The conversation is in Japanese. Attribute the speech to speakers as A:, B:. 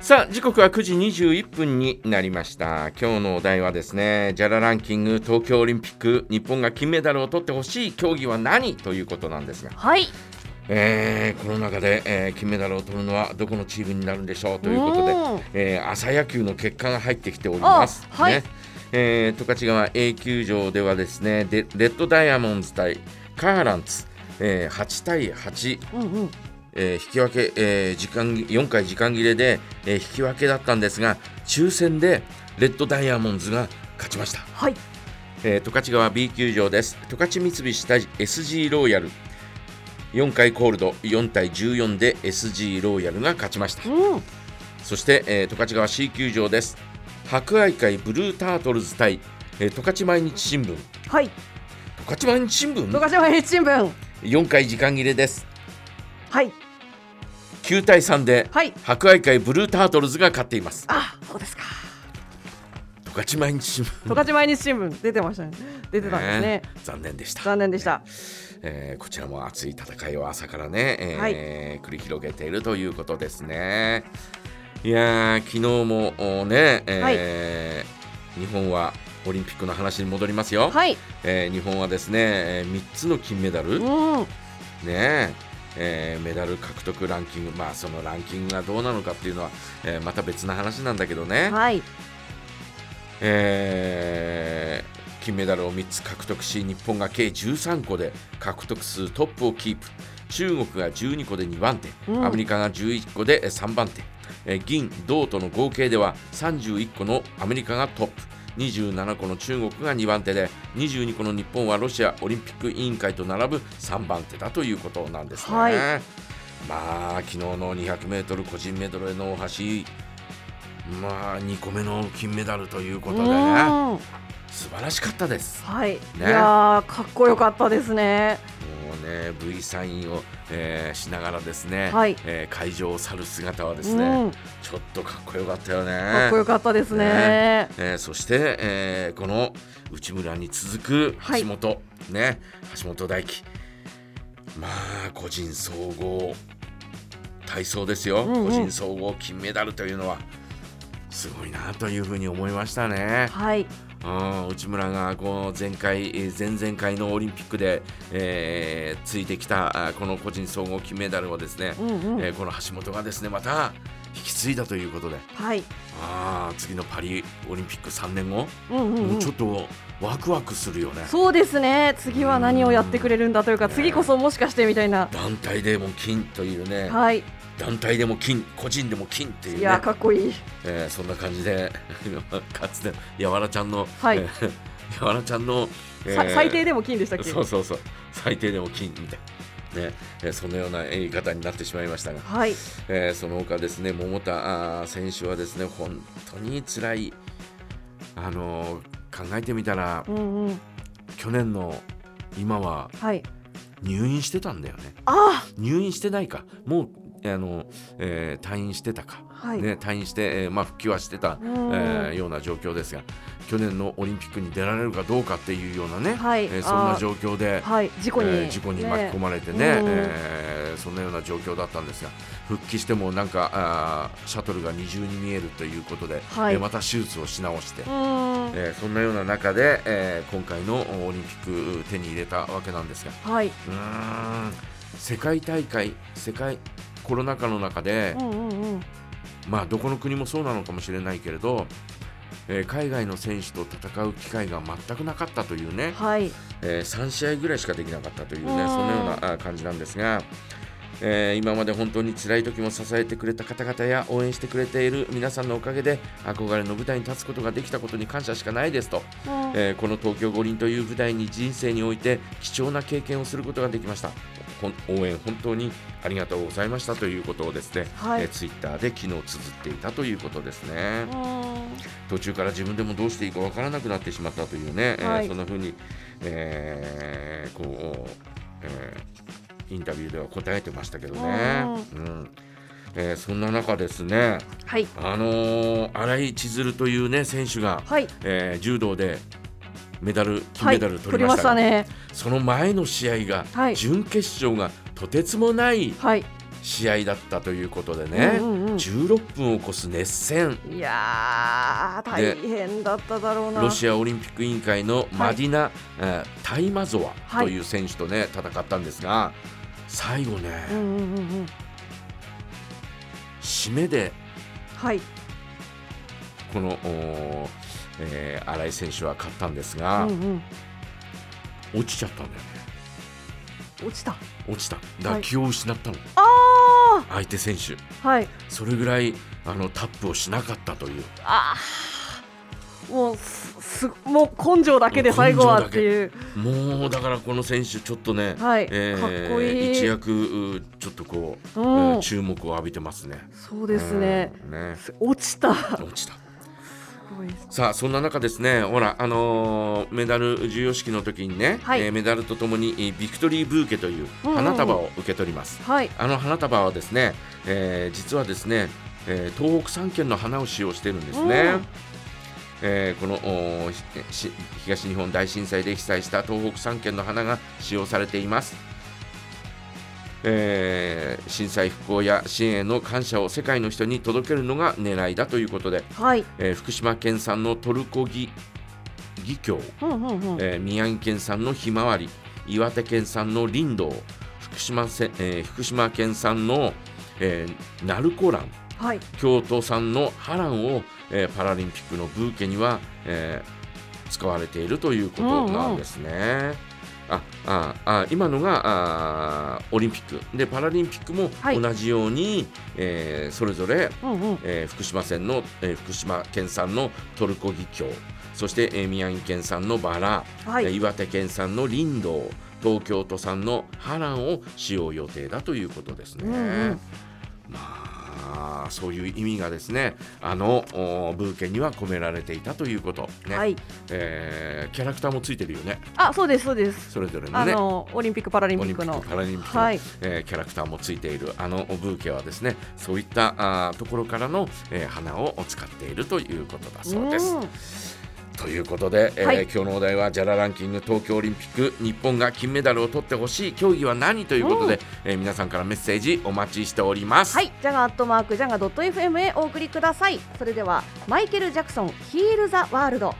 A: さあ時刻は9時21分になりました今日のお題はですねジャラランキング東京オリンピック日本が金メダルを取ってほしい競技は何ということなんですが、
B: はい。
A: えーこの中で、えー金メダルを取るのはどこのチームになるんでしょうということで、
B: うん
A: えー朝野球の結果が入ってきております、
B: あはい
A: ねえー十勝川 A 球場ではですねでレッドダイヤモンドズ対カーランツ、えー8対8
B: うんうん。
A: えー引き分け、えー時間4回時間切れで、えー引き分けだったんですが抽選でレッドダイヤモンドズが勝ちました、
B: はい。
A: えー十勝川 B 球場です十勝三菱対 SG ローヤル4回コールド4対14で SG ローヤルが勝ちました
B: うん。
A: そして、えー十勝川 C 球場です博愛会ブルータートルズ対、えー十勝毎日新聞
B: はい。
A: 十勝毎日新
B: 十
A: 聞
B: 勝毎日新聞。
A: 4回時間切れです
B: はい。
A: 9対3で、
B: はい
A: 博愛会ブルータートルズが勝っています
B: あ、そうですか。
A: 十勝毎日新聞
B: 十勝毎日新聞出てましたね。出てたんですね。
A: 残念でした
B: 残念でした。
A: えーこちらも熱い戦いを朝からね、えー
B: はい
A: 繰り広げているということですねいやー昨日もおーね、えー日本はオリンピックの話に戻りますよ、
B: はい。
A: えー日本はですね、え3つの金メダル、
B: う
A: ね
B: ん。
A: ええーメダル獲得ランキング、まあ、そのランキングがどうなのかっていうのは、えーまた別な話なんだけどね、
B: はい。
A: えー金メダルを3つ獲得し日本が計13個で獲得数トップをキープ中国が12個で2番手、
B: うん
A: アメリカが11個で3番手、えー銀銅との合計では31個のアメリカがトップ27個の中国が2番手で22個の日本はロシアオリンピック委員会と並ぶ3番手だということなんですね。
B: はい
A: まあ昨日の 200m 個人メドレーの大橋まあ2個目の金メダルということでね
B: うん
A: 素晴らしかったです
B: はい。い
A: ね
B: やー、かっこよかったですね。
A: もうね V サインを、えーしながらですね、
B: はい
A: えー会場を去る姿はですね、
B: うん。
A: ちょっとかっこよかったよね
B: かっこよかったですね。
A: えーそして、えーこの内村に続く
B: はい
A: 橋本、ね橋本大輝まあ個人総合体操ですよ、
B: うんうん
A: 個人総合金メダルというのはすごいなというふうに思いましたね。
B: はい。
A: うん内村がこう前回、えー前々回のオリンピックで、えーついてきたあこの個人総合金メダルをですね、
B: うんうん。
A: えーこの橋本がですねまた引き継いだということで
B: はい。
A: あー次のパリオリンピック3年後、
B: うんうんう
A: も
B: ん
A: うちょ。っとワクワクするよね
B: そうですね。次は何をやってくれるんだというか、
A: ね
B: 次こそもしかしてみたいな。
A: 団体でも金というね、
B: はい。
A: 団体でも金個人でも金っていう
B: い
A: ね
B: やー、かっこいい。
A: えーそんな感じで かつてやわらちゃんの、
B: はい
A: えーやわらちゃんの、え
B: さ
A: ー
B: 最低でも金でしたっけ。
A: そうそうそう最低でも金みたいな、ねえーそのような言い方になってしまいましたが、
B: はい。
A: えーその他ですね桃田あー選手はですね本当に辛いあのー考えてみたら
B: うんうん。
A: 去年の今は
B: はい。
A: 入院してたんだよね
B: あ
A: 入院してないかもうあの、えー退院してたか、
B: あ。はい。
A: ね、退院して、えーまあ、復帰はしてた、え
B: うん
A: ーような状況ですが去年のオリンピックに出られるかどうかっていうようなね、
B: はい
A: えーそん
B: あ
A: な
B: ー
A: 状況で、
B: はい。事故に。
A: えー事故に巻き込まれてね
B: うん
A: えーそんなような状況だったんですが復帰してもなんかあーシャトルが二重に見えるということで、
B: はい
A: えーまた手術をし直して、
B: うん。
A: えーそんなような中で、えー今回のオリンピック手に入れたわけなんですが
B: はい。
A: うーん世界大会世界コロナ禍の中で
B: う、んうんうん。
A: まあどこの国もそうなのかもしれないけれど、えー海外の選手と戦う機会が全くなかったというね、
B: はい。
A: えー3試合ぐらいしかできなかったというね、
B: うん
A: そのようなあ感じなんですが、えー今まで本当に辛い時も支えてくれた方々や応援してくれている皆さんのおかげで憧れの舞台に立つことができたことに感謝しかないですと、
B: うん
A: えーこの東京五輪という舞台に人生において貴重な経験をすることができましたほん応援本当にありがとうございましたということをですね、
B: はい
A: えツイッター Twitter で昨日綴っていたということですね
B: うん
A: 途中から自分でもどうしていいかわからなくなってしまったというね、えー
B: はい
A: そんな風に、えーこう、えーインタビューでは答えてましたけどね、うんえーそんな中ですね
B: はい。
A: あのー新井千鶴というね選手が
B: はい。
A: えー柔道でメダル金
B: は
A: メ
B: い。
A: ダル
B: 取
A: 取り
B: り
A: ま
B: ま
A: し
B: した
A: が、
B: たね。
A: その前の試合が、
B: はい
A: 準決勝がとてつもない
B: はい。
A: 試合だったということでね、
B: うんうんうん
A: 16分を超す熱戦
B: いやー大変だっただろうな。
A: ロシアオリンピック委員会のマディナ・えータイマゾワ
B: はい
A: という選手とね戦ったんですが最後ね、
B: うんうんうんうん。
A: 締めで
B: はい。
A: この、おーえー新井選手は勝ったんです
B: う
A: が、
B: んうん。
A: 落ちちゃったんだよね
B: 落ちた。
A: 落ちただか
B: は
A: ら
B: い
A: 気を失ったの、
B: あ
A: 相手選手
B: あ。はい。
A: それぐらいあのタップをしなかったという
B: ああ。もうすすもう根性だけで最後はっていう。
A: もうだからこの選手ちょっとね、
B: はい
A: えー
B: かっこいい
A: 一躍うちょっとこう、
B: うん
A: えー注目を浴びてますね。
B: そうですね。
A: うんね
B: す落ちた。す
A: 落ちた
B: ごいです
A: さあそんな中ですねほらあのーメダル授与式の時にね、
B: はい
A: えーメダルとともにえービクトリーブーケという
B: うんうん
A: 花束を受け取ります。
B: はい。
A: あの花束はですね、えー実はですね、えー東北3県の花を使用してるんですね。
B: うん
A: えーこのおーひし東日本大震災で被災した東北3県の花が使用されています。えー震災復興や支援への感謝を世界の人に届けるのが狙いだということで、
B: はい。
A: えー福島県産のトルコギギキョウ、
B: うんうんうん。
A: えー宮城県産のひまわり岩手県産のリンドウ福島せ、えー福島県産の、えー、ナルコラン
B: はい。
A: 京都産のハランを、えーパラリンピックのブーケには、えー使われているということなんですね。あああ今のがあオリンピックでパラリンピックも
B: はい
A: 同じように、えーそれぞれ
B: うんうん。
A: えー福島県の、えー福島県産のトルコギキョウそして、えー宮城県産のバラ、
B: はい
A: えー岩手県産のリンドウ東京都産のハランを使用予定だということですね。
B: うんうん
A: まあそういう意味がですねあのおーブーケには込められていたということ、ね
B: はい。
A: えーキャラクターもついてるよね
B: あ、そうですそうです。
A: それぞれの
B: あ
A: ね。
B: のオリンピックパラリン
A: オ
B: ピ
A: リ
B: ッ
A: ンピ
B: ク
A: ッ
B: の
A: ク・パラリンピックの、
B: はい
A: えーキャラクターもついているあのブーケはですねそういったあーところからの、えー花を使っているということだそうです。
B: ん
A: ということで、えー
B: はい
A: 今日のお題は「ジャラランキング東京オリンピック日本が金メダルを取ってほしい競技は何?」ということで、えー皆さんからメッセージお待ちしております。
B: はい、ジャガアットマークジャガドット FM へお送りください。それではマイケル・ジャクソン、ヒール・ザ・ワールド、